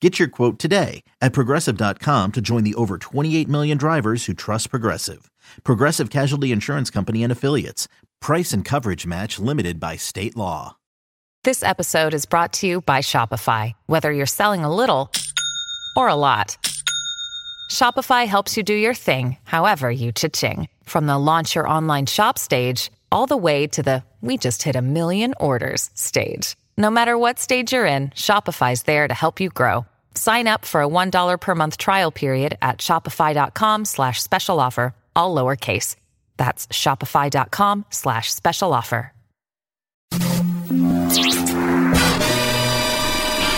Get your quote today at progressive.com to join the over 28 million drivers who trust Progressive. Progressive Casualty Insurance Company and Affiliates. Price and coverage match limited by state law. This episode is brought to you by Shopify. Whether you're selling a little or a lot, Shopify helps you do your thing, however you cha-ching. From the launch your online shop stage, all the way to the we just hit a million orders stage. No matter what stage you're in, Shopify's there to help you grow. Sign up for a $1 per month trial period at shopify.com slash special offer, all lowercase. That's shopify.com slash special offer.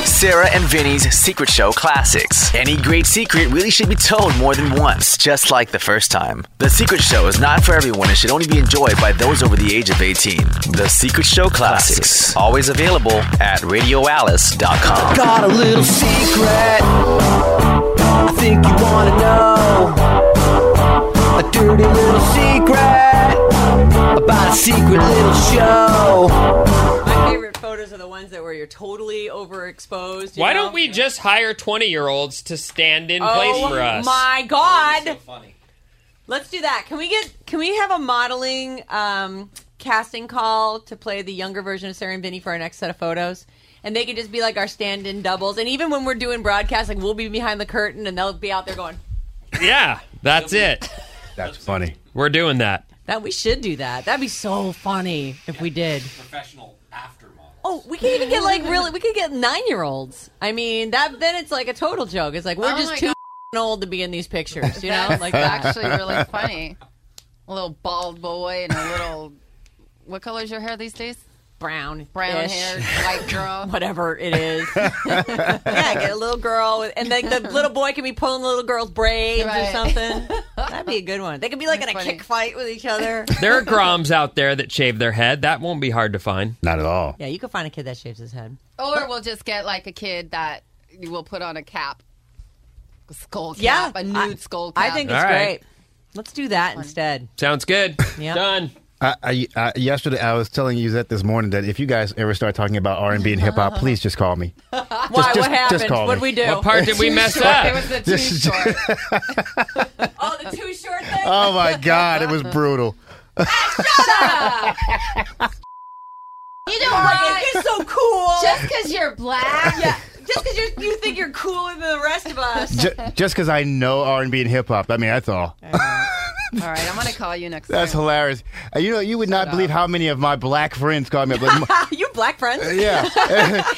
Sarah and Vinny's Secret Show Classics. Any great secret really should be told more than once, just like the first time. The Secret Show is not for everyone and should only be enjoyed by those over the age of 18. The Secret Show Classics, always available at radioalice.com. Got a little secret. I think you wanna know. A dirty little secret about a secret little show. My favorite photos are the ones that where you're totally overexposed. you Why know? don't we just hire 20 year olds to stand in Oh place for us? my god! Let's do that. Can we get? Can we have a modeling um, casting call to play the younger version of Sarah and Vinny for our next set of photos? And they can just be like our stand-in doubles. And even when we're doing broadcast, like we'll be behind the curtain and they'll be out there going, Yeah, that's it. That's funny. We're doing that. "That we should do that. That'd be so funny if we did." Professional after model. Oh, we can even get like really, we could get nine-year-olds. I mean, that then it's like a total joke. It's like we're Oh just my too old to be in these pictures, you know? That's Like that. actually really funny. A little bald boy and a little. What color is your hair these days? brown, Brown hair, white girl. whatever it is. yeah, get a little girl, with, and like the little boy can be pulling the little girl's braids or Right. something. That'd be a good one. They could be like in a funny. kick fight with each other. There are groms out there that shave their head. That won't be hard to find. Not at all. yeah, you could find a kid that shaves his head. Or we'll just get like a kid that you will put on a cap, a skull cap, Yeah, a nude I- skull cap. I think it's All right. great. Let's do that instead. Sounds good. Yeah. Done. I, I, I, yesterday, I was telling you that this morning that if you guys ever start talking about R and B and hip hop, please just call me. Why? just- what happened? just call What'd me. we do? What part did we Too mess short. It up? was the too This is- short. oh, the too short thing. Oh my God, it was brutal. You know Uh, Like, what? it's so cool. Just because you're black, Just because you you think you're cooler than the rest of us. J- just because I know R and B and hip hop, I mean, that's all. All right, I'm gonna call you next That's time. hilarious. And you know, you would not believe how many of my black friends called me. up, Like, "Ma- you black friends? yeah,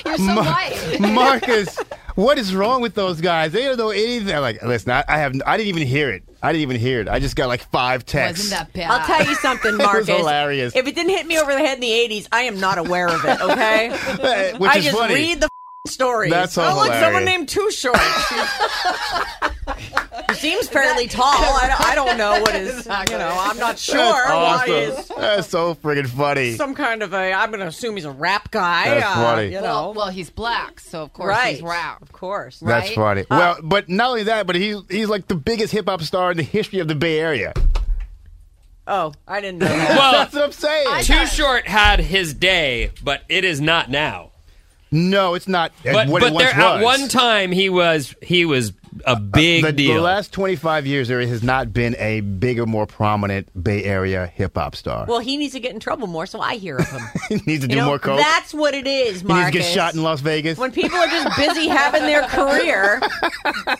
You're so Ma- white. Marcus, what is wrong with those guys? They don't know anything. I'm Like, listen, I, I have, I didn't even hear it. I didn't even hear it. I just got like five texts. Wasn't that bad? I'll tell you something, Marcus. hilarious. If it didn't hit me over the head in the '80s, I am not aware of it. Okay, Eh, Which I is just funny. read the f- stories. That's so oh, look, someone hilarious. named Too Short. He seems fairly tall. I don't, I don't know what is. You know, I'm not sure. That's Why awesome. is That's so friggin' funny. some kind of a? I'm going to assume he's a rap guy. That's uh, funny. You know, Well, well, he's black, so of course right? he's rap. Of course. That's right? funny. well, but not only that, but he's he's like the biggest hip hop star in the history of the Bay Area. Oh, I didn't know. That. Well, That's what I'm saying. Too Short had his day, but it is not now. no, it's not uh, But what it but once there at was. Uh, one time he was he was a big the, the deal. last 25 years, there has not been a bigger, more prominent Bay Area hip hop star. Well, he needs to get in trouble more, so I hear of him. he needs to do You know, more coke. That's what it is, he needs Marcus. to get shot in Las Vegas. when people are just busy having their career,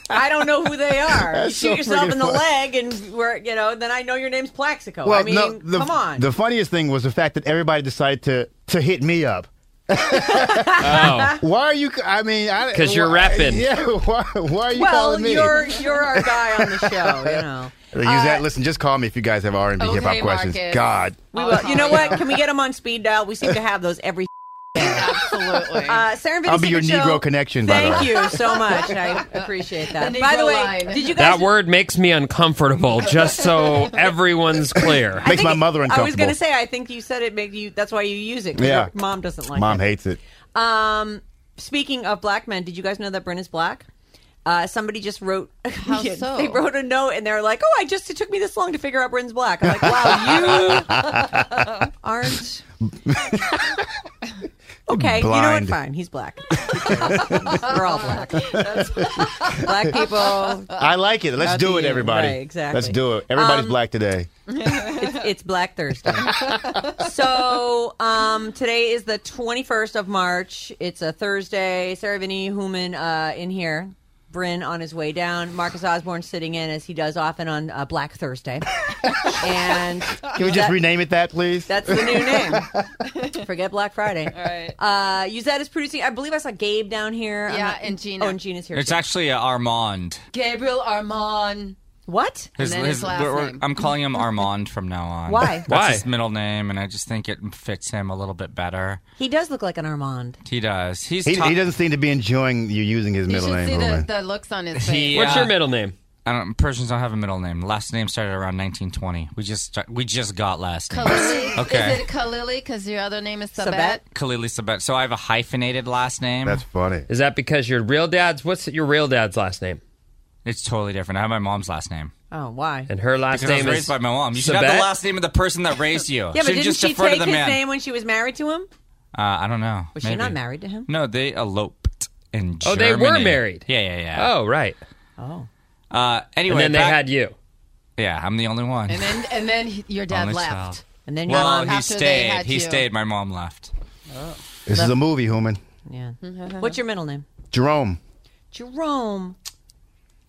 I don't know who they are. That's you shoot so yourself freaking in the funny. leg, and we're, you know, then I know your name's Plaxico. I mean, no, the, come on. The funniest thing was the fact that everybody decided to to hit me up. Oh. Why are you? c- I mean, I- 'Cause you're why- rapping. Yeah. Why, why are you well, calling me? you're you're our guy on the show. You know, Use that. Listen, just call me if you guys have R and B Okay, hip hop questions. Marcus. God, uh, we will. You know what? Can we get him on speed dial? We seem to have those every. day. Absolutely. Uh, Sarah I'll be your Secret Show. Negro connection, by the Thank way. you so much. I appreciate that. The by the Negro way, line. did you guys? That word makes me uncomfortable, just so everyone's clear. I Makes think- my mother I was going uncomfortable. to say, I think you said it made you. That's why you use it. 'cause Yeah. your mom doesn't like Mom it. hates it. Um, speaking of black men, did you guys know that Bryn is black? Uh, somebody just wrote. How so? They wrote a note and they're like, "Oh, I just it took me this long to figure out Bryn's black." I'm like, "Wow, you aren't." Okay, you know what? Blind. Fine, he's black. We're all black. black people. I like it. Let's do it, you. everybody. Uh, Right, exactly. Let's do it. Everybody's Um, black today. It's, it's Black Thursday. so um, today is the 21st of March. It's a Thursday. Sarah Vinny Hooman uh, in here. Bryn on his way down. Marcus Osborne sitting in as he does often on uh, Black Thursday. and Can we just that- rename it that, please? that's the new name. Forget Black Friday. All right. Uh, Uzette is producing. I believe I saw Gabe down here. I'm Yeah, and Gina. Oh, and Gina's here. It's too. actually uh, Armand. Gabriel Armand. what? His- then his his- last we're- we're- name. I'm calling him Armand from now on. Why? That's Why? his middle name, and I just think it fits him a little bit better. He does look like an Armand. He does. He's he, top- he doesn't seem to be enjoying you using his You middle should name. see the, Roman. the looks on his face. He, What's uh, your middle name? I don't. Persians don't have a middle name. Last name started around 1920. We just start, we just got last name. Khalili. Okay. Is it Khalili? Because your other name is Sabet. Sabet? Khalili Sabet. So I have a hyphenated last name. That's funny. Is that because your real dad's? What's your real dad's last name? it's totally different. I have my mom's last name. Oh, why? And her last Because I was name raised is by my mom. You should have Sabet? the last name of the person that raised you. yeah, but Should didn't just she defer to take the his man. name when she was married to him? Uh, I don't know. Was she not married to him? No, they eloped in Oh, they Germany. were married. Yeah, yeah, yeah. Oh, right. Oh. Uh, anyway, And then they back- had you. Yeah, I'm the only one. And then, and then he- your dad Only left. child. And then your Well, mom. he after they stayed. had He you. stayed. My mom left. This is a movie, Human. Yeah. Mm-hmm. What's your middle name? Jerome. Jerome.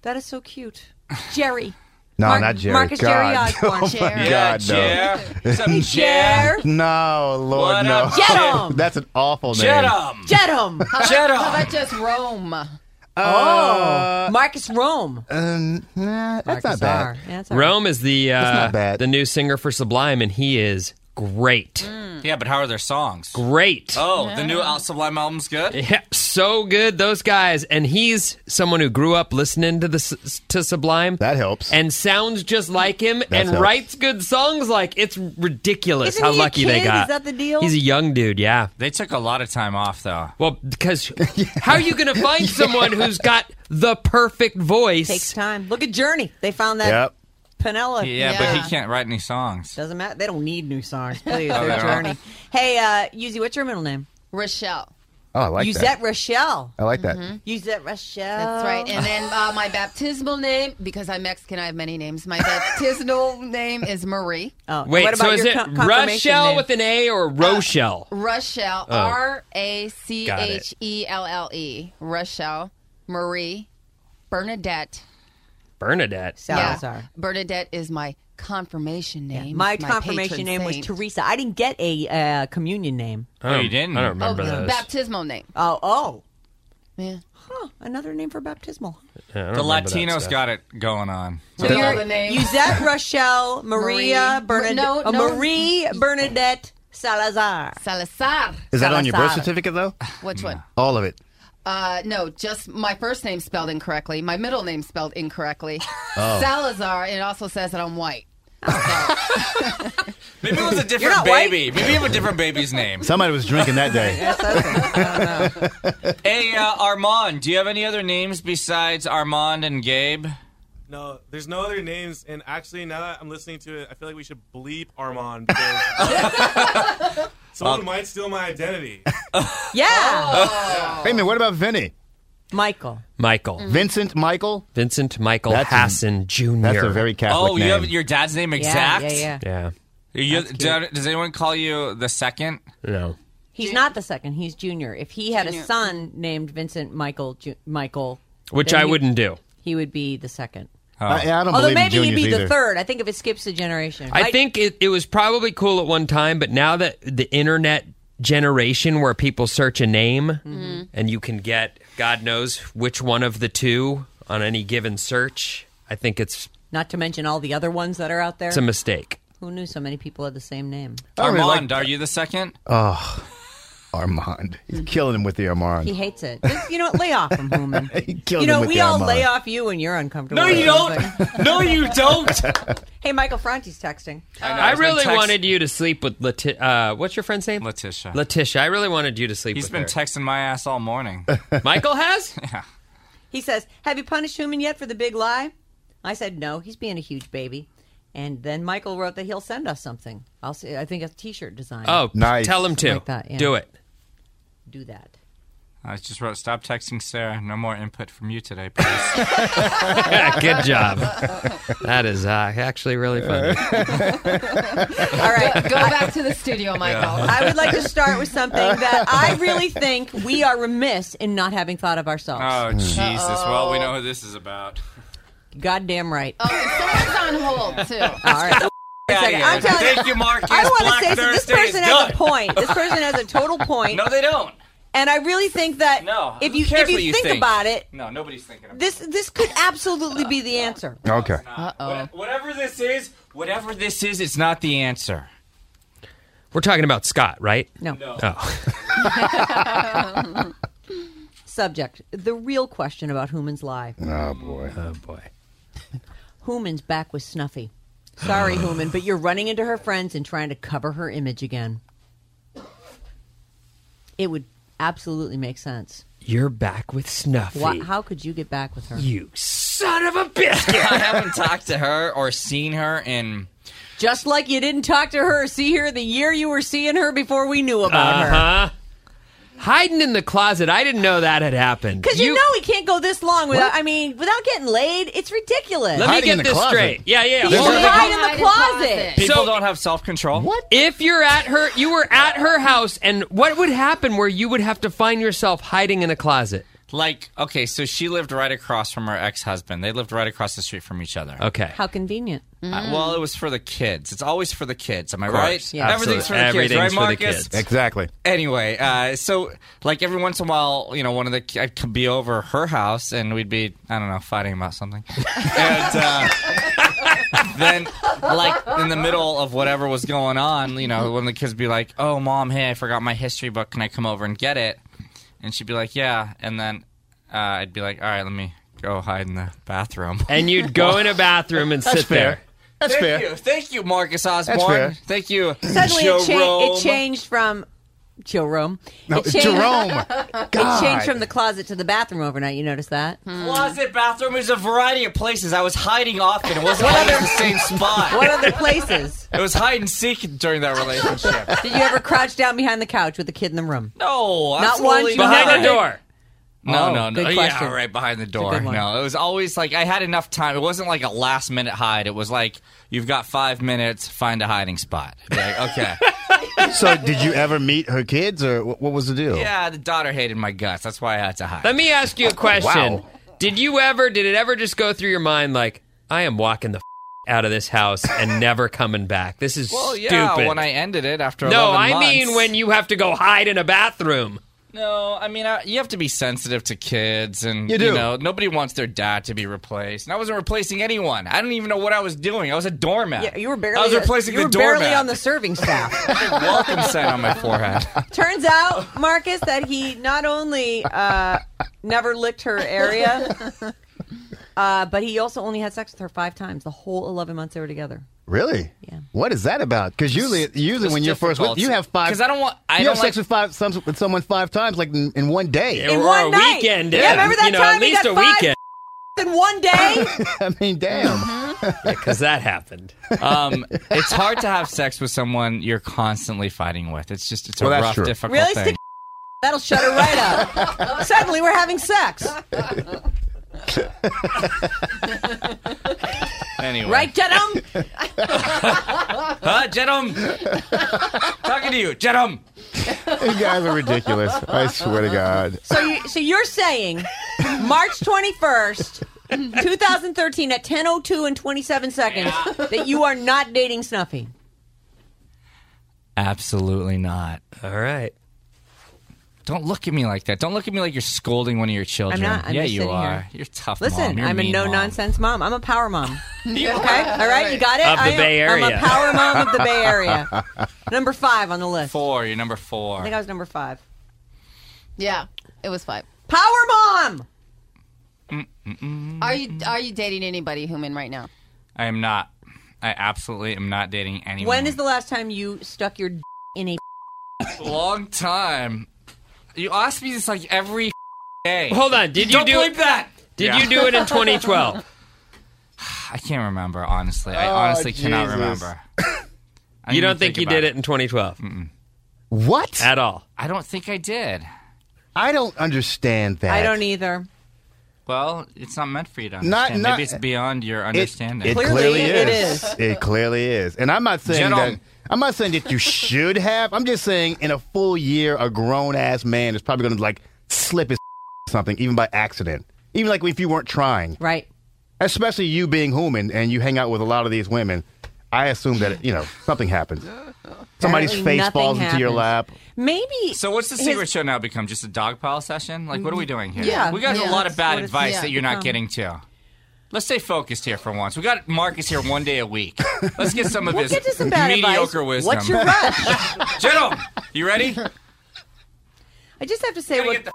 That is so cute. Jerry. No, Mark- not Jerry. Marcus Jerry God. Osborne. Oh my Jerry. God, no. no. Some Jer. Jer. No, Lord, What no. up, Get 'em. That's an awful name. Jet 'em. Jet him. Jet 'em. How about just Rome? Oh. Marcus Rome. Um, Uh, nah, that's not Bizarre. bad. Yeah, that's all right. Rome is the not uh, bad. the new singer for Sublime, and he is great, Mm. Yeah, but how are their songs? great. Oh, the new Al Sublime album's good. Yeah, so good those guys, and he's someone who grew up listening to the s- to Sublime. That helps. and sounds just like him and helps. writes good songs like it's ridiculous Isn't how he a lucky they kid? got. Is that the deal? He's a young dude, yeah. They took a lot of time off though. Well, because how are you going to find someone who's got the perfect voice? Takes time. Look at Journey. They found that Yep. Penella. Yeah, but Yeah. he can't write any songs. Doesn't matter. They don't need new songs. they Please, they're don't. Journey. Hey, uh, Yuzi, what's your middle name? Rochelle. Oh, I like Yuzette that. Rochelle. I like that. Mm-hmm. Yuzette Rochelle. That's right. And then uh, my baptismal name, because I'm Mexican, I have many names. My baptismal name is Marie. Oh, Wait, what about so is your it co- confirmation Rochelle name? Uh, with an A or Rochelle? Rochelle. Oh. R A C H E L L E. Rochelle. Marie. Bernadette. Bernadette. Salazar. Bernadette is my confirmation name. My It's confirmation patron name was saint. Teresa. I didn't get a uh, communion name. I Oh, don't- you didn't? I don't remember Oh, those. baptismal name. Oh, oh, Yeah. huh, another name for baptismal. Yeah, I don't The remember that Latinos stuff. got it going on. So all the names. Yuzette Rochelle Maria Marie. Bernadette No, uh, no. Marie Bernadette Salazar. Salazar. Is that on your birth Salazar. certificate, though? Which one? All of it. Uh, no, just my first name spelled incorrectly. My middle name spelled incorrectly. Oh. Salazar, and it also says that I'm white. Maybe it was a You're different not white. baby. Maybe you have a different baby's name. Somebody was drinking that day. Hey, uh, Armand, do you have any other names besides Armand and Gabe? No, there's no other names. And actually, now that I'm listening to it, I feel like we should bleep Armand because someone might steal my identity. Yeah, Oh. Wait a minute, what about Vinny? Mm-hmm. Michael. Mm. Michael. Vincent Michael? Vincent Michael That's a- Hassan Jr. That's a very Catholic oh, name. you have your dad's name exact? Yeah, yeah, yeah. Yeah. You- do- does anyone call you the second? No. He's not the second. He's junior. If he had a son named Vincent Michael Ju- Michael, Which Then I you- wouldn't do. he would be the second. I, I don't Although believe maybe in he'd juniors be either. the third. I think if it skips a generation, I Right? think it, it was probably cool at one time, but now that the internet generation where people search a name and you can get God knows which one of the two on any given search, I think it's Not to mention all the other ones that are out there. it's a mistake. Who knew so many people had the same name? I don't Armand, really like- are you the second? Armand. He's killing him with the Armand. He hates it. Just, you know what? Lay off from Hooman. He killed you him know, with we the all Armand. lay off you when you're uncomfortable. No, you don't. no, you don't. hey, Michael Fronti's texting. I really text- wanted you to sleep with Leti- uh What's your friend's name? Letitia. Letitia. I really wanted you to sleep He's with been her. texting my ass all morning. Michael has? He says, Have you punished Hooman yet for the big lie? I said, No, he's being a huge baby. And then Michael wrote that he'll send us something. I'll see, I think a t shirt design. Oh, Nice. tell him to. Like that, yeah. Do it. Do that. I just wrote, "Stop texting Sarah. No more input from you today, please." Good job. That is uh, actually really funny. All right. Go back to the studio, Michael. I would like to start with something that I really think we are remiss in not having thought of ourselves. Uh. oh Hmm. Jesus! Well, we know who this is about. Goddamn right. Oh. Someone's on hold too. All right. Outta second. here. I'm telling you- Thank you, Marcus. I want Black to say so this Thursday is person has done. a point. This person has a total point. No, they don't. and I really think that No, if who you cares if you, what you think, think? about it, No, nobody's thinking about this this could absolutely be the answer. Okay. Uh-huh. Uh, Oh. whatever this is, whatever this is, it's not the answer. We're talking about Scott, right? No. Oh. Subject. The real question about Human's lie. Oh boy. Oh, boy. Human's back with Snuffy. Sorry, Human, but you're running into her friends and trying to cover her image again. It would absolutely make sense. You're back with Snuffy. Why, how could you get back with her? You son of a biscuit. I haven't talked to her or seen her in. Just like you didn't talk to her or see her the year you were seeing her before we knew about her. Uh-huh. Hiding in the closet. I didn't know that had happened. Because you, know he can't go this long without. I mean, without getting laid, it's ridiculous. Let me Hiding get in the this closet. straight. Yeah, yeah. He's Hold hiding on. in the Hide in closet. People So- don't have self control. What? If you're at her, you were at her house, and what would happen where you would have to find yourself hiding in a closet? Like, okay, so she lived right across from her ex husband. They lived right across the street from each other. Okay. How convenient. Uh, well, it was for the kids. It's always for the kids. Am I right? Yeah. Everything's for the Absolutely. kids, right, Everything's for the Marcus? kids. Exactly. anyway, uh, so like every once in a while, you know, one of the I'd come- be over her house and we'd be I don't know fighting about something, and uh, then like in the middle of whatever was going on, you know, one of the kids would be like, "Oh, mom, hey, I forgot my history book. Can I come over and get it?" And she'd be like, "Yeah," and then uh, I'd be like, "All right, let me go hide in the bathroom." And you'd go in a bathroom and sit there. That's Thank fair. you, thank you, Marcus Osborne. fair. Thank you, Suddenly, it, cha- Jerome. it changed from Jerome. No, it changed, Jerome. It God. changed from the closet to the bathroom overnight. You notice that? Closet, bathroom, there's a variety of places. I was hiding often. It wasn't always the same What spot. other places? It was hide and seek during that relationship. Did you ever crouch down behind the couch with the kid in the room? No, absolutely once, you never not. did. door. No, Oh, no, no. good Yeah, question. right behind the door. good one. No, it was always like I had enough time. It wasn't like a last minute hide. It was like you've got five minutes. Find a hiding spot. Like, okay. So, did you ever meet her kids, or wh- what was the deal? yeah, the daughter hated my guts. That's why I had to hide. Let me ask you a question. Wow. Did you ever, did it ever just go through your mind like, I am walking the f- out of this house and never coming back? This is well, stupid. yeah. When I ended it after no, 11 I months. mean when you have to go hide in a bathroom. No, I mean I, you have to be sensitive to kids, and You you, do. know nobody wants their dad to be replaced. And I wasn't replacing anyone. I don't even know what I was doing. I was a doormat. Yeah, you were barely. I was replacing you the were barely doormat. on the serving staff. welcome sign on my forehead. Turns out, Marcus, that he not only uh, never licked her area, uh, but he also only had sex with her five times the whole eleven months they were together. Really? Yeah. What is that about? Because usually, usually when you're first with, difficult. you have five. 'Cause I don't want- I you don't have sex like- with five some, with someone five times, like in, in one day. In or one a night. weekend. Yeah, and, remember that you know, time at he least got a five- weekend. In one day, I mean, Mm-hmm. damn. Because that happened. Um, it's hard to have sex with someone you're constantly fighting with. It's just it's Well, a that's rough, true. difficult really thing. stick. That'll shut her right up. Suddenly, we're having sex. Anyway, Right, Jedum? huh, Jedum? Talking to you, Jedum. you guys are ridiculous. I swear to God. So, you, so you're saying March 21st, 2013, at 10:02 and 27 seconds, that you are not dating Snuffy. Absolutely not. All right. Don't look at me like that. Don't look at me like you're scolding one of your children. I'm not. I'm yeah, just you sitting are. here. You're a tough. Listen, mom. You're I'm a mean no mom. nonsense mom. I'm a power mom. okay, all right, you got it. Of the I am- Bay I'm Area. a power mom of the Bay Area. Number five on the list. Four. You're number I four. think I was number five. Yeah, it was five. Power mom. Are you are you dating anybody human right now? I am not. I absolutely am not dating anyone. When is the last time you stuck your d- in a? long time? You ask me this like every day. Hold on, did you Don't do- believe that? Did you do it in 2012? I can't remember. Honestly, I Oh, honestly cannot Jesus. remember. I you didn't don't think, you about did it in 2012? What? At all? I don't think I did. I don't understand that. I don't either. Well, it's not meant for you to Not- understand. not- Maybe it's beyond your It- understanding. It, clearly, is. It clearly is. And I'm not saying Gentlemen. that. I'm not saying that you should have. I'm just saying in a full year, a grown ass man is probably going to like slip his something, even by accident, even like if you weren't trying. Right. Especially you being human and you hang out with a lot of these women. I assume that you know something happens. Somebody's Apparently face nothing falls into your happens. lap. Maybe. So what's the his- secret show now become? Just a dog pile session? Like what are we doing here? Yeah, we got yeah, a lot that's of bad what it's- advice yeah, um, that you're not become. getting to. Let's stay focused here for once. We got Marcus here one day a week. Let's get some of We'll his get to some bad mediocre wisdom. advice. What's your rush? Gentlemen, you ready? I just have to say what.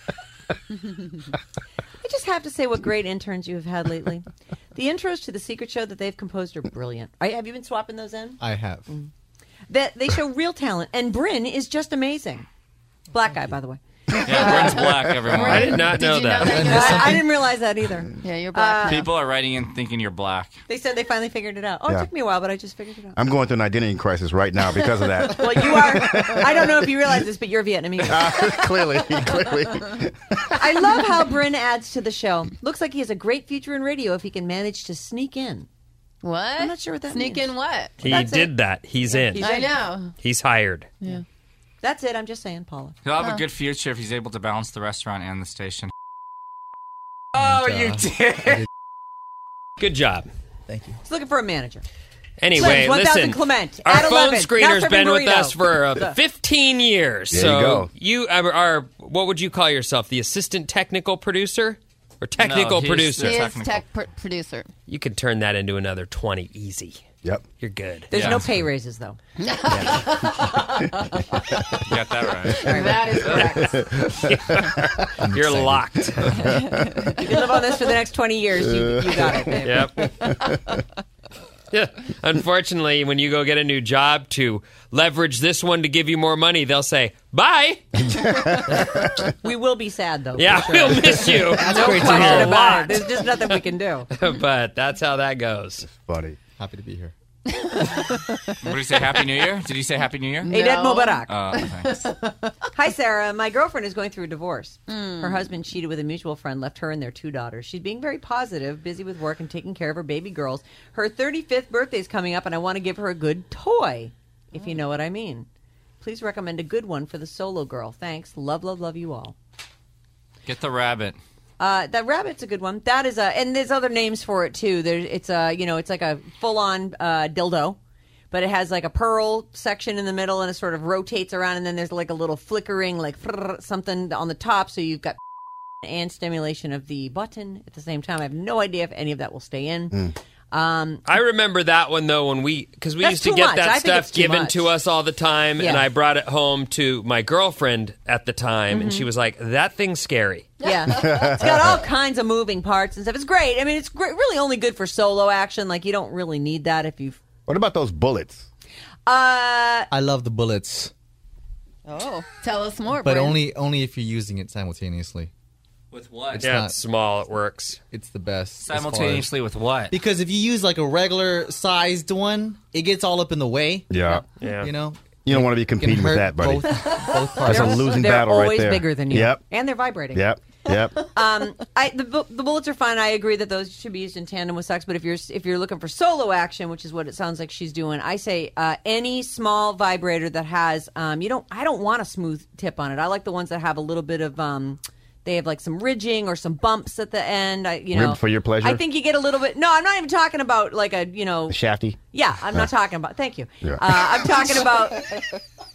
I just have to say what great interns you have had lately. The intros to the Secret Show that they've composed are brilliant. I, have you been swapping those in? I have. That they show real talent, and Bryn is just amazing. Black guy, by the way. Yeah, Bryn's black, everyone. I did not know that. I, I didn't realize that Uh, either. Yeah, you're black. People are writing in thinking you're black. They said they finally figured it out. Oh, Yeah. it took me a while, but I just figured it out. I'm going through an identity crisis right now because of that. Well, you are. I don't know if you realize this, but you're Vietnamese. clearly, clearly. I love how Bryn adds to the show. Looks like he has a great future in radio if he can manage to sneak in. What? I'm not sure what that Sneak means. in what? He That's did it. that. He's in. He's I in. know. He's hired. That's it. I'm just saying, Paula. He'll have Huh. a good future if he's able to balance the restaurant and the station. Oh, you did. Good job. He's looking for a manager. Anyway, Clemens, 1000 listen. Clement. Our At phone 11, screener's not been Trippin' with Burrito. us for uh, So- 15 years. There you so go. you are, are what would you call yourself? The assistant technical producer or technical he's producer? He is tech pr- producer. You could turn that into another 20 easy. Yep. You're good. There's no pay raises though. You got that right. That is correct. You're locked. You can live on this for the next 20 years. You, you got it, babe. Yep. Yeah. Unfortunately, when you go get a new job to leverage this one to give you more money, they'll say, bye. We will be sad though. Yeah, for sure. we'll miss you. That's no great to question hear. about it. Lot. There's just nothing we can do. but that's how that goes. Funny. Happy to be here. What did he say? Happy New Year? Did he say Happy New Year? Eid Mubarak. Oh, thanks. Hi, Sarah. My girlfriend is going through a divorce. Her husband cheated with a mutual friend, left her and their two daughters. She's being very positive, busy with work, and taking care of her baby girls. Her 35th birthday is coming up, and I want to give her a good toy, if you know what I mean. Please recommend a good one for the solo girl. Thanks. Love, love, love you all. Get the rabbit. Uh, that rabbit's a good one. That is a, and there's other names for it too. There, it's a, you know, it's like a full-on uh, dildo, but it has like a pearl section in the middle, and it sort of rotates around, and then there's like a little flickering, like something on the top, so you've got and stimulation of the button at the same time. I have no idea if any of that will stay in. Um, I remember that one though when we because we That's used to too get much. that I think it's stuff too given much. to us all the time, and Yeah. I brought it home to my girlfriend at the time, and Mhm. she was like, "That thing's scary." yeah, it's got all kinds of moving parts and stuff. It's great. I mean, it's great. Really, only good for solo action. Like you don't really need that if you've. What about those bullets? Uh, I love the bullets, Oh, tell us more. but Bryn. only only if you're using it simultaneously. With what? It's yeah, not- it's small. It works. It's the best. as far as- Simultaneously with what? because if you use like a regular sized one, it gets all up in the way. Yeah. Yeah. You know, You don't want to be Can competing with hurt that, buddy. Both, both That's parts. a losing they're battle right always there. bigger than you. Yep. and they're vibrating. Yep. Yep. um, I the, bu- the bullets are fine. I agree that those should be used in tandem with sex. But if you're if you're looking for solo action, which is what it sounds like she's doing, I say uh, any small vibrator that has um, you don't. I don't want a smooth tip on it. I like the ones that have a little bit of um, They have like some ridging or some bumps at the end. I, you know, Ribbed for your pleasure? I think you get a little bit. No, I'm not even talking about like a you know. Shafty. Yeah, I'm not Uh. talking about. Thank you. Yeah. Uh, I'm talking about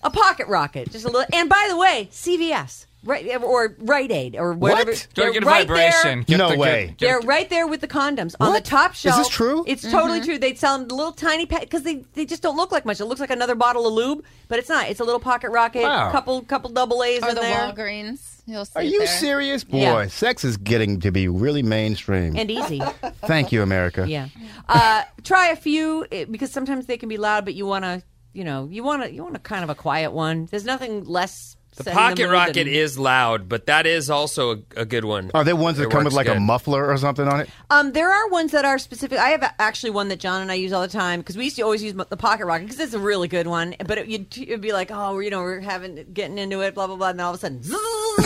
a pocket rocket, just a little. And by the way, CVS, right or Rite Aid or whatever. What? Don't They're get a right vibration. Get There, No the- get- way. They're right there with the condoms on the top Is shelf. this true? It's totally Mhm. true. They sell them little tiny pack because they they just don't look like much. It looks like another bottle of lube, but it's not. It's a little pocket rocket, Wow. couple couple double A's Or in the there. Walgreens. You'll see Are you there. serious? Boy, Yeah. sex is getting to be really mainstream. and easy. Thank you, America. Yeah. Uh, try a few eh, because sometimes they can be loud, but you want to, you know, you want to, you want to kind of a quiet one. There's nothing less. The setting pocket mood rocket than- is loud, but that is also a, a good one. Are there ones that It come with works like a good. muffler or something on it? Um, there are ones that are specific. I have a- actually one that John and I use all the time because we used to always use the pocket rocket because it's a really good one. But it, you'd, it'd be like, oh, you know, we're having getting into it, blah blah blah, and then all of a sudden,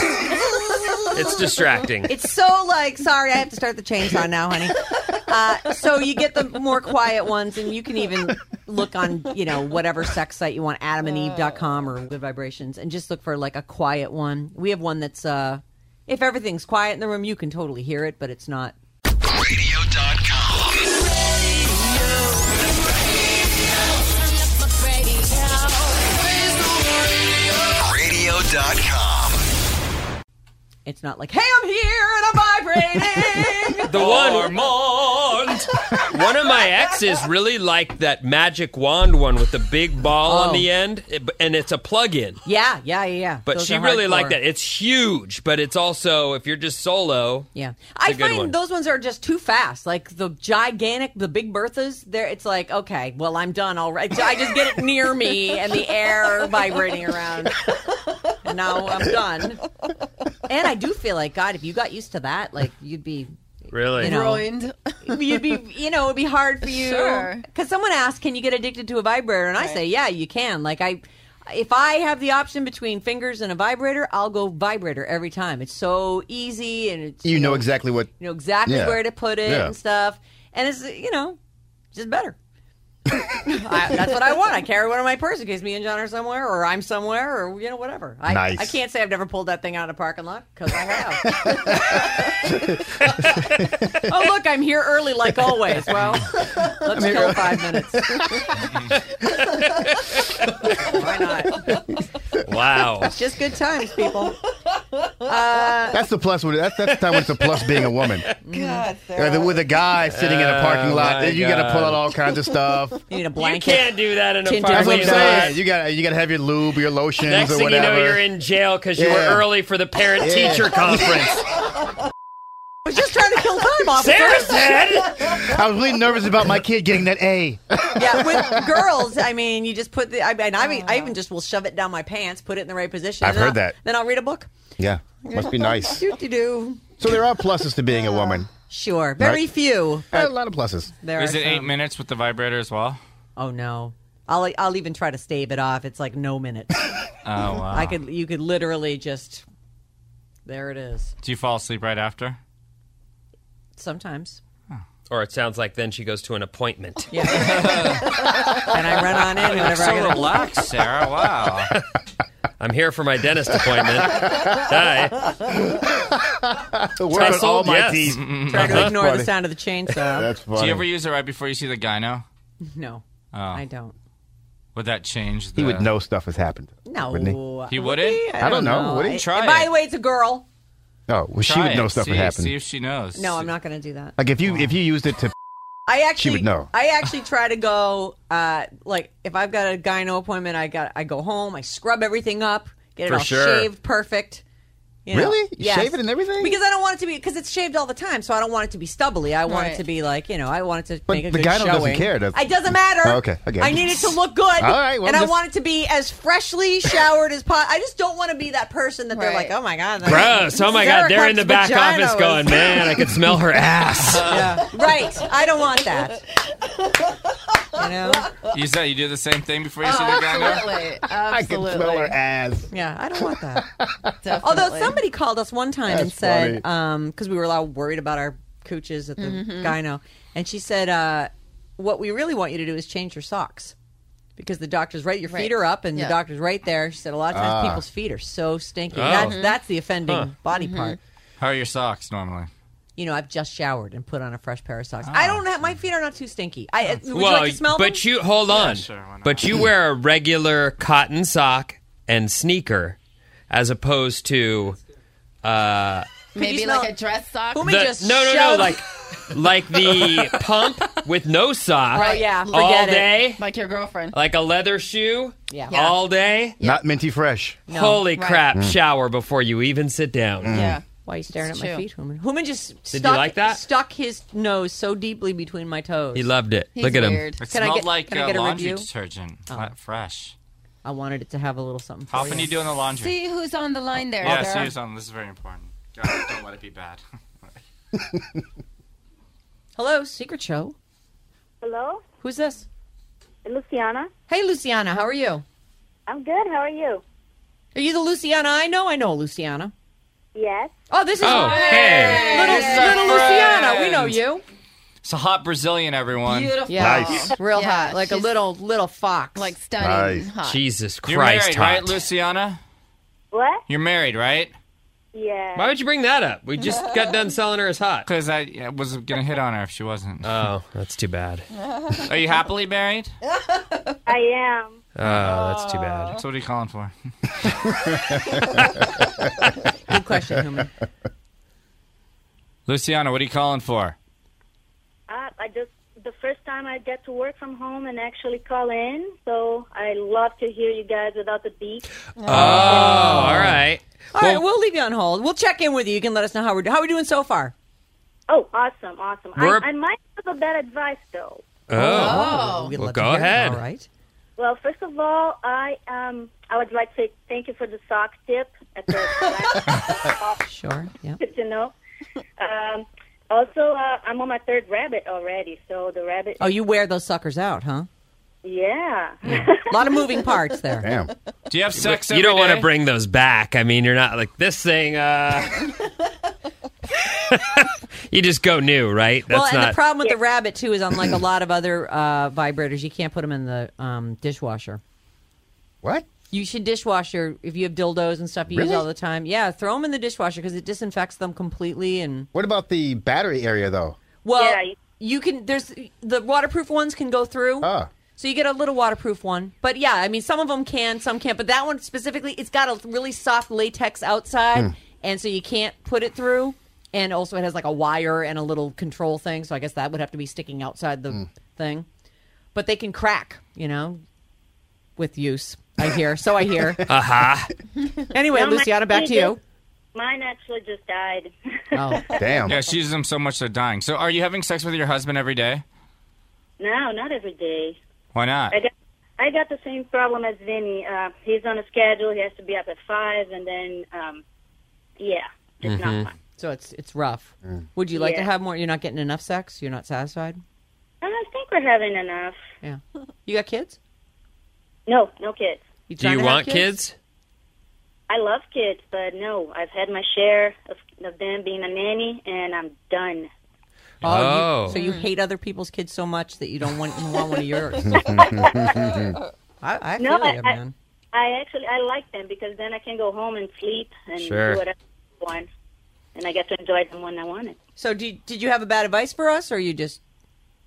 It's distracting. It's so like, sorry, I have to start the chainsaw now, honey. Uh, so you get the more quiet ones, and you can even look on, you know, whatever sex site you want, adamandeve.com or Good Vibrations, and just look for like a quiet one. We have one that's, uh, if everything's quiet in the room, you can totally hear it, but it's not. Radio.com. It's not like, hey, I'm here and I'm vibrating. The one one of my exes really liked that magic wand one with the big ball Oh. on the end, it- and it's a plug-in. Yeah, yeah, yeah, yeah. But Those she are really hardcore. liked that. It's huge, but it's also if you're just solo. Yeah, it's a I good find one. those ones are just too fast. Like the gigantic, the big Berthas. There, it's like, okay, well, I'm done. All right, I just get it near me and the air vibrating around, and now I'm done. And I do feel like God, if you got used to that, like you'd be really you know, You'd be, you know, it'd be hard for you. Sure. Because someone asked, "Can you get addicted to a vibrator?" And I say, "Yeah, you can." Like I, if I have the option between fingers and a vibrator, I'll go vibrator every time. It's so easy, and it's, You know exactly what. you know exactly Yeah. where to put it Yeah. and stuff, and it's you know just better. I, that's what I want. I carry one in my purse in case me and John are somewhere, or I'm somewhere, or you know whatever. I, Nice. I can't say I've never pulled that thing out of a parking lot because I have. oh look, I'm here early like always. Well, let's kill five minutes. Why not? Wow. It's just good times, people. That's the plus. With, that's, that's the time when it's a plus being a woman. God, Or the- with a guy sitting in a parking Oh, lot, my you got to pull out God. all kinds of stuff. You need a You blanket. can't do that in a Tinted That's parking what I'm Please. saying. lot. You got you got to have your lube, your lotions, Next or thing you whatever. know, you're in jail because you Yeah. were early for the parent-teacher conference. I was just trying to kill time, officer. Sarah said. I was really nervous about my kid getting that A. Yeah, with girls, I mean, you just put the. I mean, I, mean, I even just will shove it down my pants, put it in the right position. Oh. I've and heard I'll- that. Then I'll read a book. Yeah, must be nice. Do do do. So there are pluses to being a woman. Sure, very Right. few. A lot of pluses. There Is are it eight some. minutes with the vibrator as well? Oh no, I'll I'll even try to stave it off. It's like no minutes. Oh wow! I could you could literally just. There it is. Do you fall asleep right after? Sometimes. Or it sounds like then she goes to an appointment. Yeah. and I run on in whenever I So gotta. relaxed, Sarah. Wow. I'm here for my dentist appointment. Hi. Work on all Tussled, my yes. teeth. Try to ignore funny. the sound of the chainsaw. That's funny. Mm-hmm. Do you ever use it right before you see the gyno? Oh, no, I don't. Would that change? The... he would know stuff has happened. No, Wouldn't he? He wouldn't. I don't know. Would he? And Try By it. the way, it's a girl. Oh, well, she Try would know it. stuff see, would happen. See if she knows. No, I'm not going to do that. Like if you if you used it to I actually would know. I actually try to go uh like if I've got a gyno appointment, I got I go home, I scrub everything up, get it For all sure. shaved perfect. you Really? You Yes. shave it and everything? Because I don't want it to be because it's shaved all the time, so I don't want it to be stubbly. I want it Right. to be like you know, I want it to But make a the good gyno doesn't showing. care, does- it doesn't matter. Oh, okay. Okay. I need it to look good. All right, well, and I just- want it to be as freshly showered as possible. I just don't want to be that person that they're Right. like, oh my god, that- Gross. Oh my Sarah God. They're in the Clark's back vagina office was- going, man, I could smell her ass. right. I don't want that. You know. You said you do the same thing before you see the gyno. Absolutely. I could Absolutely. smell her ass. Yeah, I don't want that. Definitely. Although somebody called us one time and That's said, funny. because we were a lot worried about our cooches at the Mm-hmm. gyno, and she said, uh, "What we really want you to do is change your socks." Because the doctor's right, your feet Right. are up, and Yeah. the doctor's right there. She said a lot of times people's feet are so stinky. Ah. Oh. Mm-hmm. That's that's the offending body part. How are your socks normally? You know, I've just showered and put on a fresh pair of socks. I don't have my feet are not too stinky. I uh, would Ah. well, you like to smell but them? you hold on. but you wear a regular cotton sock and sneaker, as opposed to uh, Maybe smell- like a dress sock. Let me the- just no, no, no, shove- like like the pump with no sock. Right, yeah, all forget it. day, Like your girlfriend. like a leather shoe. Yeah. Yeah. all day. Not minty fresh. Holy right. crap! Shower before you even sit down. Yeah. Why are you staring It's at my true. feet, Human? Human just stuck, you like that? stuck his nose so deeply between my toes. He loved it. He's Look at weird. It Can I smelled get- like can I uh, get a laundry review? Oh. detergent, not fresh. I wanted it to have a little something. For How often do you. you do in the laundry? See who's on the line there. yeah, Sarah. see on. This is very important. God, don't let it be bad. Hello, Secret Show. Hello, Who's this? Luciana. Hey, Luciana, how are you? I'm good. How are you? Are you the Luciana I know? I know Luciana. Yes. Oh, this is him. Oh, hey! little, little Luciana. We know you. It's a hot Brazilian, everyone. Beautiful. Yeah. Nice. Real Yeah, hot, like a she's- little little fox. Like stunning. Nice. Hot. Jesus You're Christ, married, right, hot. Luciana? What? You're married, right? Yeah. Why would you bring that up? We just got done selling her as hot. Because I yeah, was gonna hit on her if she wasn't. Oh, that's too bad. Are you happily married? I am. Oh, that's too bad. So what are you calling for? Good question, Human. Luciana, what are you calling for? Uh, I, I just the first time I get to work from home and actually call in, so I love to hear you guys without the beep. Oh, all right. All right, we'll leave you on hold. We'll check in with you. You can let us know how we're doing. How are we doing so far? Oh, awesome, awesome. I, We're- I might have a bad advice though. Oh, Oh, we'd Well, love to go hear it. ahead. All right. Well, first of all, I um I would like to thank you for the sock tip at the Sure. Yeah. good to know. Um, also, uh, I'm on my third rabbit already, so the rabbit. Oh, you wear those suckers out, huh? Yeah. A lot of moving parts there. Damn. Do you have sex? you don't want to bring. bring those back. I mean, you're not like this thing. Uh... you just go new, right? That's well, and not. the problem with the rabbit too is, unlike a lot of other uh, vibrators, you can't put them in the um, dishwasher. What? You should dishwasher if you have dildos and stuff you use Really? all the time. Yeah, throw them in the dishwasher because it disinfects them completely. And What about the battery area though? well, Yeah, you- you can. There's the waterproof ones can go through. Ah. So you get a little waterproof one, but yeah, I mean, some of them can, some can't. But that one specifically, it's got a really soft latex outside, and so you can't put it through. And also, it has like a wire and a little control thing, so I guess that would have to be sticking outside the thing. But they can crack, you know, with use. I hear, so I hear. Uh huh. Anyway, No, my Luciana, back to key you. Mine actually just died. Oh, Damn. Yeah, she uses them so much they're dying. So are you having sex with your husband every day? no, not every day. Why not? I got I got the same problem as Vinny. Uh, he's on a schedule. He has to be up at five, and then um, yeah, it's not fun. so it's it's rough. Would you like to Yeah. have more? You're not getting enough sex. You're not satisfied. And Uh, I think we're having enough. Yeah. You got kids? No, no kids. Do trying you to have want kids? I love kids, but no, I've had my share of, of them being a nanny, and I'm done. Oh, you- Oh. so you hate other people's kids so much that you don't want you want one of yours. I, I No, feel I- you, I- man. I actually I like them because then I can go home and sleep and Sure. do whatever I want, and I get to enjoy them when I want it. So did did you have a bad advice for us, or you just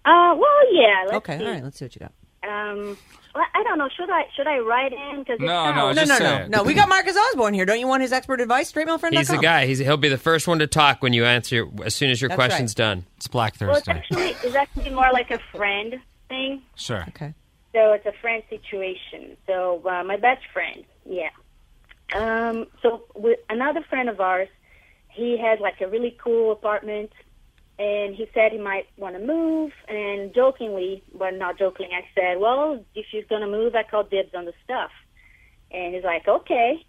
Uh, well, yeah. Let's okay? See. All right, let's see what you got. Um, well, I don't know. Should I should I write in? Because No, no, No, Just no, say no, it. no. We got Marcus Osborne here. Don't you want his expert advice? StraightMailFriend.com. He's the guy. He's, he'll be the first one to talk when you answer as soon as your That's question's right. done. It's Black Well, it's Thursday. actually it's actually more like a friend thing. Sure. Okay. So it's a friend situation. So uh, my best friend, yeah. Um, so with another friend of ours, he had like a really cool apartment, and he said he might want to move. And jokingly, well, not joking, I said, "Well, if you're gonna move, I call dibs on the stuff." And he's like, "Okay."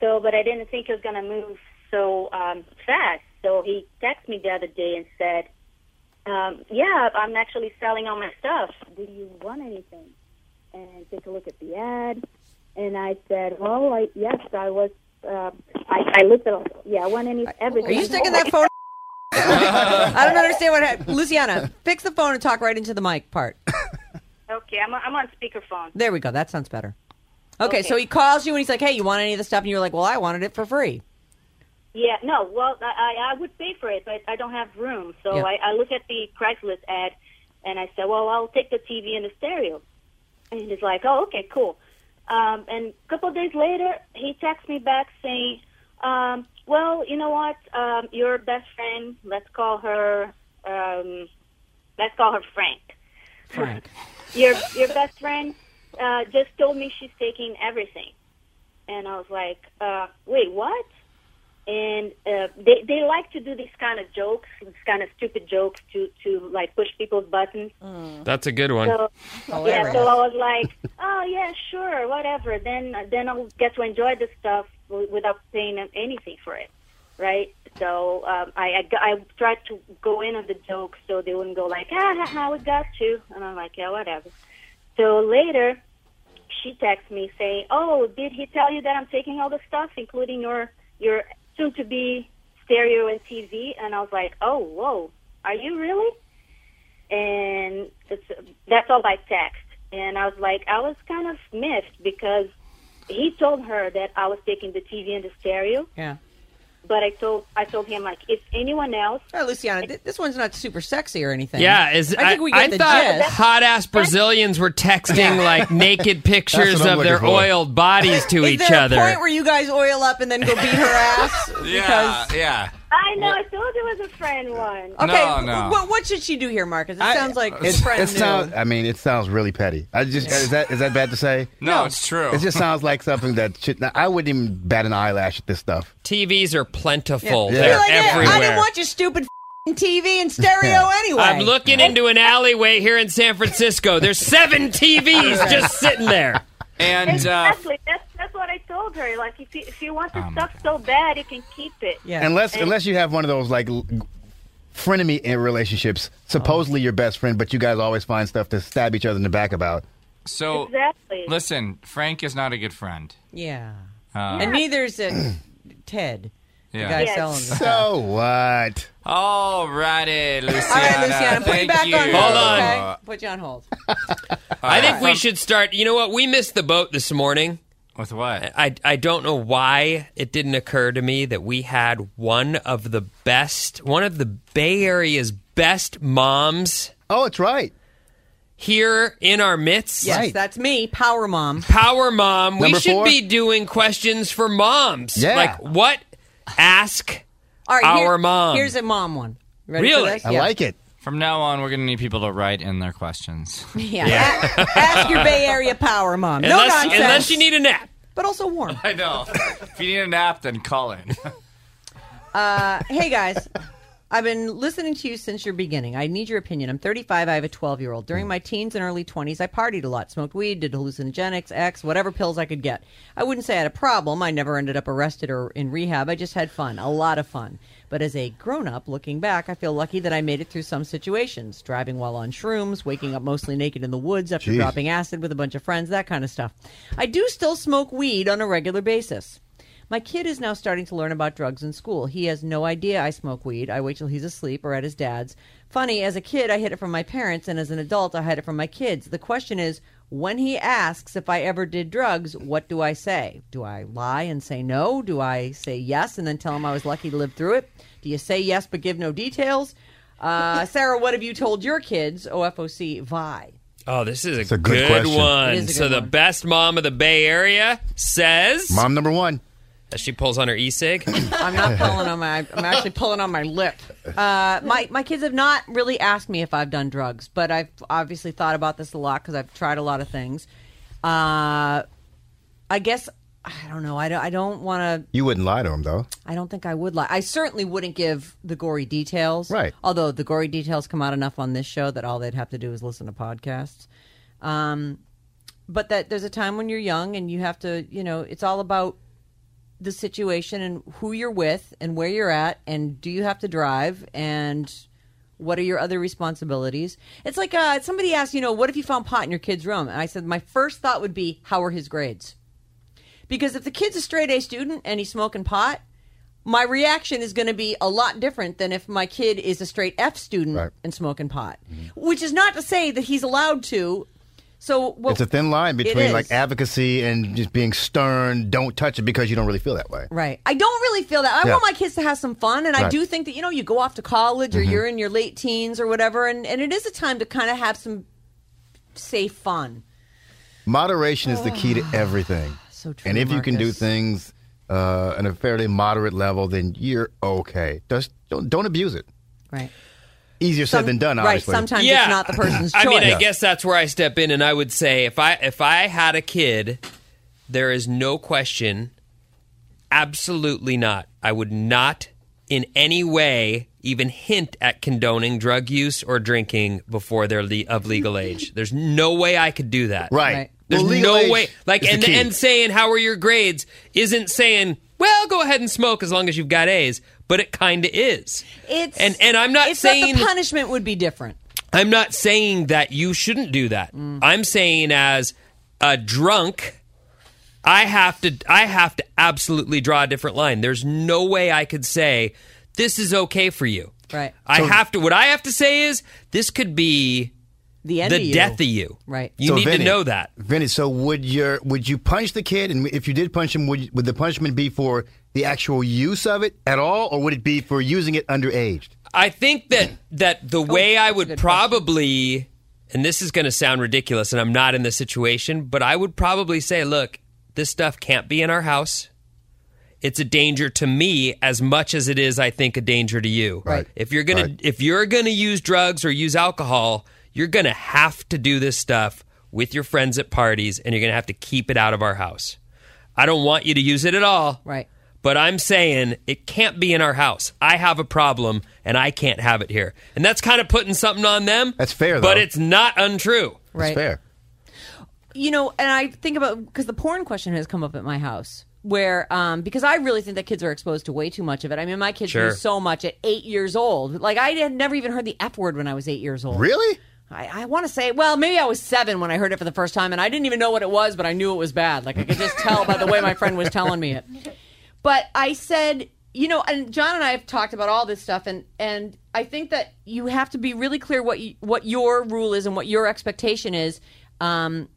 So, but I didn't think he was gonna move so um, fast. So he texted me the other day and said, um, yeah, I'm actually selling all my stuff. Do you want anything? And take a look at the ad. And I said, well, I, yes, I was. Uh, I, I looked at, all- yeah, I want any everything. Are you sticking that phone? I don't understand what happened. Luciana, fix the phone and talk right into the mic part. Okay, I'm, I'm on speakerphone. There we go. That sounds better. Okay, Okay. so he calls you and he's like, "Hey, you want any of this stuff?" And you're like, "Well, I wanted it for free." Yeah, no. Well, I, I would pay for it, but I don't have room. So Yeah. I, I look at the Craigslist ad, and I said, "Well, I'll take the TV and the stereo." And he's like, "Oh, okay, cool." Um, and a couple of days later, he texts me back saying, um, "Well, you know what? Um, your best friend. Let's call her. Um, let's call her Frank. Frank. Your your best friend uh, just told me she's taking everything." And I was like, uh, "Wait, what?" and uh, they they like to do these kind of jokes, these kind of stupid jokes to to like push people's buttons. That's a good one. So, yeah, Hilarious. so I was like, oh yeah, sure, whatever. Then uh, then I'll get to enjoy this stuff w- without paying them anything for it, right? So um, I, I g- I tried to go in on the jokes so they wouldn't go like, ah ha ha, we got you, and I'm like, yeah, whatever. So later, she texts me saying, oh, did he tell you that I'm taking all the stuff, including your your soon to be stereo and TV? And I was like, oh whoa, are you really? and it's, that's all by text. And I was like, I was kind of miffed because he told her that I was taking the TV and the stereo, Yeah. but I told I told him like, if anyone else, Oh, Luciana, th- this one's not super sexy or anything. Yeah, is I think we get the thought gist. hot ass Brazilians were texting like naked pictures what I'm of their looking for. oiled bodies to is each there other. A point where you guys oil up and then go beat her ass. Yeah, yeah. I know I told it was a friend one. Okay, No, no. What, what should she do here, Marcus? It sounds like It, friend it knew. sounds. I mean, it sounds really petty. I just is that is that bad to say? No, No. it's true. It just sounds like something that should. I wouldn't even bat an eyelash at this stuff. TVs are plentiful. Yeah. They're You're like, "Yeah, I everywhere. I didn't watch your stupid f***ing TV and stereo anyway. I'm looking into an alleyway here in San Francisco. There's seven TVs just sitting there. And uh, exactly that's that's what I told her. Like, if you, if you want the Oh stuff so bad, you can keep it. Unless And- unless you have one of those like l- frenemy in relationships, supposedly your best friend, but you guys always find stuff to stab each other in the back about. so exactly. listen, Frank is not a good friend. Yeah. Uh, and neither is it Ted. Yeah. The guy Yes. selling the stuff. So what? All righty, Luciana. Luciana, put you Thank back you. on hold. okay? Uh, Put you on hold. I think we should start. You know what? We missed the boat this morning. With what? I, I don't know why it didn't occur to me that we had one of the best, one of the Bay Area's best moms. Oh, it's right. Here in our midst. Yes, that's me, Power Mom. Power Mom. we Number should four? be doing questions for moms. Yeah. Like, what? Ask All right, our here- mom. Here's a mom one. Ready for really? this? Yeah. it. From now on, we're going to need people to write in their questions. Yeah. Ask your Bay Area Power Mom. No Unless- nonsense. unless you need a nap. But also warm. I know. if you need a nap, then call in. Uh, hey guys, I've been listening to you since your beginning. I need your opinion. I'm 35. I have a 12 year old. During my teens and early 20s, I partied a lot, smoked weed, did hallucinogenics, X, whatever pills I could get. I wouldn't say I had a problem. I never ended up arrested or in rehab. I just had fun, a lot of fun. But as a grown up, looking back, I feel lucky that I made it through some situations driving while on shrooms, waking up mostly naked in the woods after Jeez. dropping acid with a bunch of friends, that kind of stuff. I do still smoke weed on a regular basis. My kid is now starting to learn about drugs in school. He has no idea I smoke weed. I wait till he's asleep or at his dad's. Funny, as a kid, I hid it from my parents, and as an adult, I hide it from my kids. The question is when he asks if I ever did drugs, what do I say? Do I lie and say no? Do I say yes and then tell him I was lucky to live through it? Do you say yes but give no details? Uh, Sarah, what have you told your kids? OFOC Vi. Oh, this is a, a good good, question. one. It is a good so the best mom of the Bay Area says Mom number one. As she pulls on her e-cig. I'm not pulling on my. I'm actually pulling on my lip. Uh, my my kids have not really asked me if I've done drugs, but I've obviously thought about this a lot because I've tried a lot of things. Uh, I guess I don't know. I don't. I don't want to. You wouldn't lie to him though. I don't think I would lie. I certainly wouldn't give the gory details. Right. Although the gory details come out enough on this show that all they'd have to do is listen to podcasts. Um, but that there's a time when you're young and you have to, you know, it's all about the situation and who you're with and where you're at and do you have to drive and what are your other responsibilities? It's like uh, somebody asked, you know, what if you found pot in your kid's room? And I said, my first thought would be, how are his grades? Because if the kid's a straight A student and he's smoking pot, my reaction is going to be a lot different than if my kid Mm-hmm. is a straight F student and smoking pot, which is not to say that he's allowed to. So what, it's a thin line It between like is. advocacy and just being stern. Don't touch it because you don't really feel that way. Right. I don't really feel that. I Yeah. want my kids to have some fun, and I Right. do think that you know you go off to college or Mhm. you're in your late teens or whatever, and and it is a time to kind of have some safe fun. Moderation is the key to everything. Ah, So true, And if you can do Marcus. things uh, at a fairly moderate level, then you're okay. Just don't, don't abuse it. Right. Easier said Some- than done, right, obviously. sometimes it's not the person's I mean, choice. I guess that's where I step in, and I would say if I if I had a kid, there is no question, absolutely not. I would not in any way even hint at condoning drug use or drinking before they're le- of legal age. There's no way I could do that. Right. Right. There's Well, legal no age way. Like, is the and key. and saying how are your grades isn't saying well go ahead and smoke as long as you've got A's, but it kind of is. It's And and I'm not it's saying that the punishment would be different. I'm not saying that you shouldn't do that. I'm saying as a drunk, I have to I have to absolutely draw a different line. There's no way I could say this is okay for you. Right. I have to what I have to say is this could be the end of you. death of you. Right. You need to know that. Vinny. So would your would you punch the kid? And if you did punch him, would, would the punishment be for the actual use of it at all, or would it be for using it underage? I think that that the way I would probably and this is going to sound ridiculous and I'm not in this situation, but I would probably say, look, this stuff can't be in our house. It's a danger to me as much as it is I think a danger to you. Right. If you're going to if you're going to use drugs or use alcohol, you're going to have to do this stuff with your friends at parties and you're going to have to keep it out of our house. I don't want you to use it at all. Right. But I'm saying it can't be in our house. I have a problem and I can't have it here. And that's kind of putting something on them. That's fair, But though. it's not untrue. Right. fair. You know, and I think about because the porn question has come up at my house where um because I really think that kids are exposed to way too much of it. I mean, my kids Sure. knew so much at 8 years old. Like I had never even heard the F word when I was 8 years old. Really? I, I want to say, well, maybe I was seven when I heard it for the first time, and I didn't even know what it was, but I knew it was bad. Like I could just tell by the way my friend was telling me it. But I said, you know, and John and I have talked about all this stuff, and and I think that you have to be really clear what you, what your rule is and what your expectation is, um,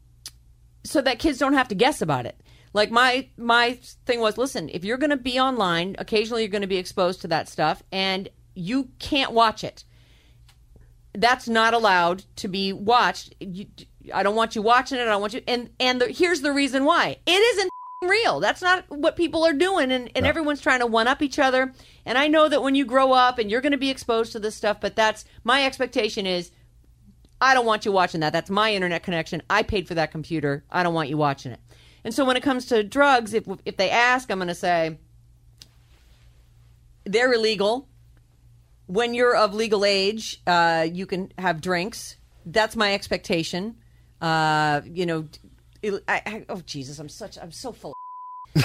so that kids don't have to guess about it. Like my my thing was, listen, if you're going to be online, occasionally you're going to be exposed to that stuff, and you can't watch it that's not allowed to be watched. You, I don't want you watching it. I don't want you. And and the, here's the reason why it isn't real. That's not what people are doing, and, and everyone's trying to one up each other. And I know that when you grow up and you're going to be exposed to this stuff, but that's my expectation is. I don't want you watching that. That's my internet connection. I paid for that computer. I don't want you watching it. And so when it comes to drugs, if if they ask, I'm going to say they're illegal when you're of legal age, uh, you can have drinks. That's my expectation. Uh, you know, it- I, I- oh Jesus, I'm such, I'm so full. of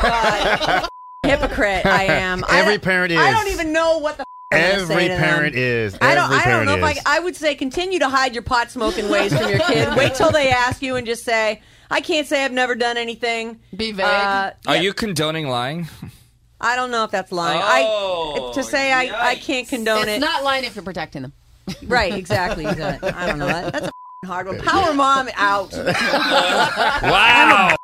God, hypocrite, I am. I Every don't- parent I is. don't even know what the. I'm gonna Every say to them. parent is. I don't. Every I don't parent know if is. I. I would say continue to hide your pot smoking ways from your kid. Wait till they ask you and just say, "I can't say I've never done anything." Be vague. Uh, Are you condoning lying? I don't know if that's lying. I to say I, I can't condone it's it. not lying if you're protecting them. Right, exactly. That- I don't know. That, that's a f***ing hard one. Power mom out. Wow.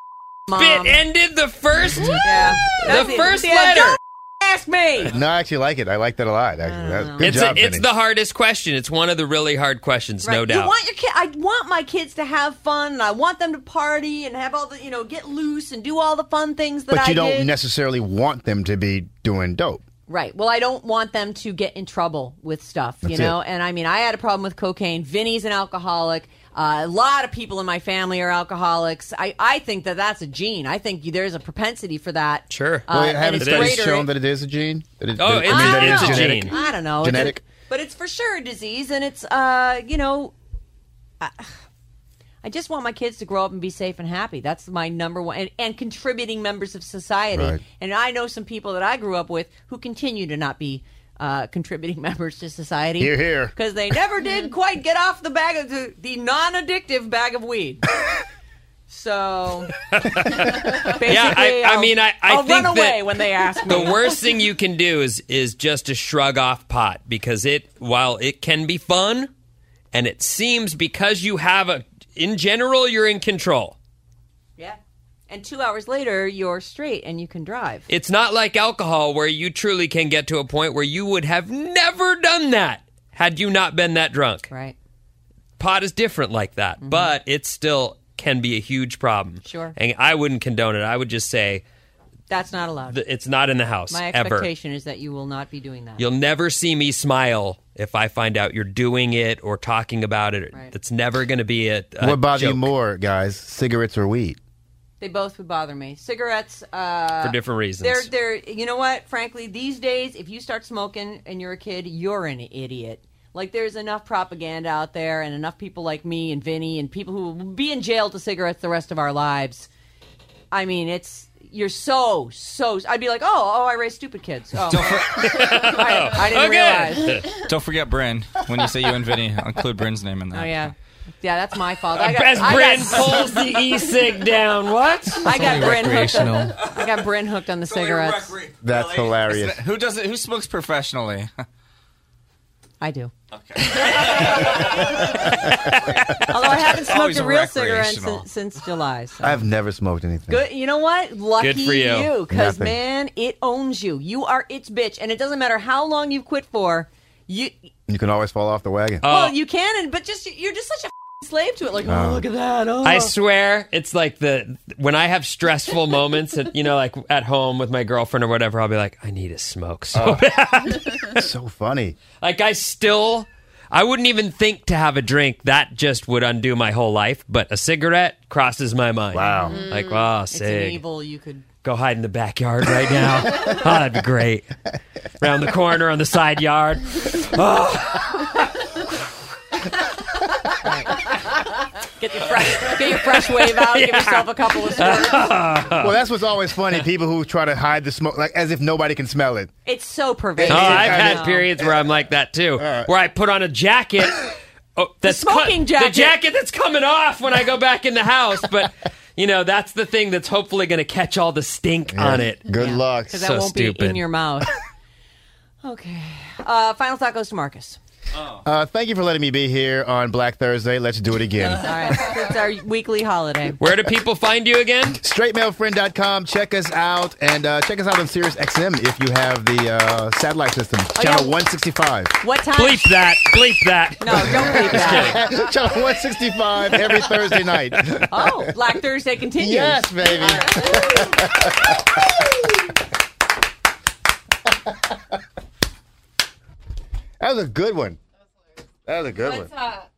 Mom. Bit ended the first Yeah. the That's it. first Yeah, letter. don't ask me. No, I actually like it. I like that a lot. Actually, That's- good It's a- job, it's Vinny. the hardest question. It's one of the really hard questions, no You doubt. want your kid? I want my kids to have fun, and I want them to party and have all the you know get loose and do all the fun things that but you I don't did. necessarily want them to be doing dope. Right. Well, I don't want them to get in trouble with stuff, you That's know? it. And I mean, I had a problem with cocaine. Vinny's an alcoholic. Uh, a lot of people in my family are alcoholics. I, I think that that's a gene. I think there's a propensity for that. Sure. Uh, well, and haven't it's studies greater- shown that it is a gene? That it, Oh, that, it's- I mean, that I it is don't know. genetic. I don't know. It's a- Genetic. but it's for sure a disease, and it's, uh, you know, I, I just want my kids to grow up and be safe and happy. That's my number one, and, and contributing members of society. Right. And I know some people that I grew up with who continue to not be uh, contributing members to society. Hear, hear. Because they never did quite get off the bag of the, the non-addictive bag of weed. So basically, yeah, I, I will mean, I, I I'll think run away that when they ask me. The worst thing you can do is is just to shrug off pot because it while it can be fun and it seems because you have a in general, you're in control. Yeah. And two hours later, you're straight and you can drive. It's not like alcohol where you truly can get to a point where you would have never done that had you not been that drunk. Right. Mm-hmm. Pot is different like that, but it still can be a huge problem. Sure. And I wouldn't condone it. I would just say That's not allowed. th- it's not in the house My ever. expectation is that you will not be doing that. You'll never see me smile if I find out you're doing it or talking about it. It's never going to be a, a what bothers you joke. more, guys? Cigarettes or weed? They both would bother me. Cigarettes uh, For different reasons. They're they're you know what? Frankly, these days, if you start smoking and you're a kid, you're an idiot. Like there's enough propaganda out there, and enough people like me and Vinny, and people who will be in jail to cigarettes the rest of our lives. I mean, it's you're so so. I'd be like, oh, oh, I raised stupid kids. Oh, I, I didn't realize. Don't forget Bryn. When you say you and Vinny, include Bryn's name in Oh that. yeah, yeah, that's my Uh, fault. I As got, I Bryn got- pulls the e-cig down. What? I got only Bryn hooked. On, recreational. I got Bryn hooked on the cigarettes. That's hilarious. Who does it? Who smokes professionally? I do. Okay. Although I haven't smoked Always a real cigarette recreational. since, since July. So. I've never smoked anything. Good. You know what? Lucky Good for you. because Nothing. man, it owns you. You are its bitch, and it doesn't matter how long you've quit for. You You can always fall off the Uh, wagon. well, you can, and but just you're just such a f***ing slave to it. Like, oh, Oh. look at that. Oh. I swear, it's like the when I have stressful moments, and you know, like at home with my girlfriend or whatever, I'll be like, I need a smoke Oh. so bad. so funny. Like I still, I wouldn't even think to have a drink. That just would undo my whole life. But a cigarette crosses my mind. Wow. Like, wow, Mm. it's an sig. evil. You could. Go hide in the backyard right now. oh, that'd be great. Round the corner on the side yard. Oh, Get your fresh, get your fresh wave out. Give Yeah. yourself a couple of. well, that's what's always funny. People who try to hide the smoke, like as if nobody can smell it. It's so pervasive. Oh, I've No. had periods where I'm like that too, where I put on a jacket. Oh, that's cut- smoking jacket. The jacket that's coming off when I go back in the house, but you know that's the thing that's hopefully going to catch all the stink on it. Good luck. because that won't be in your mouth. okay. Uh, final thought goes to Marcus. Uh, thank you for letting me be here on Black Thursday. Let's do it All again. right, it's our weekly holiday. Where do people find you again? StraightMailFriend.com. Check us out and uh, check us out on Sirius XM if you have the uh, satellite system, Oh, channel yeah. 165. What time? Bleep that. Bleep that. No, don't bleep that. channel 165 every Thursday night. Oh, Black Thursday continues. Yes, baby. That was a good one. That was a good one. What's, uh,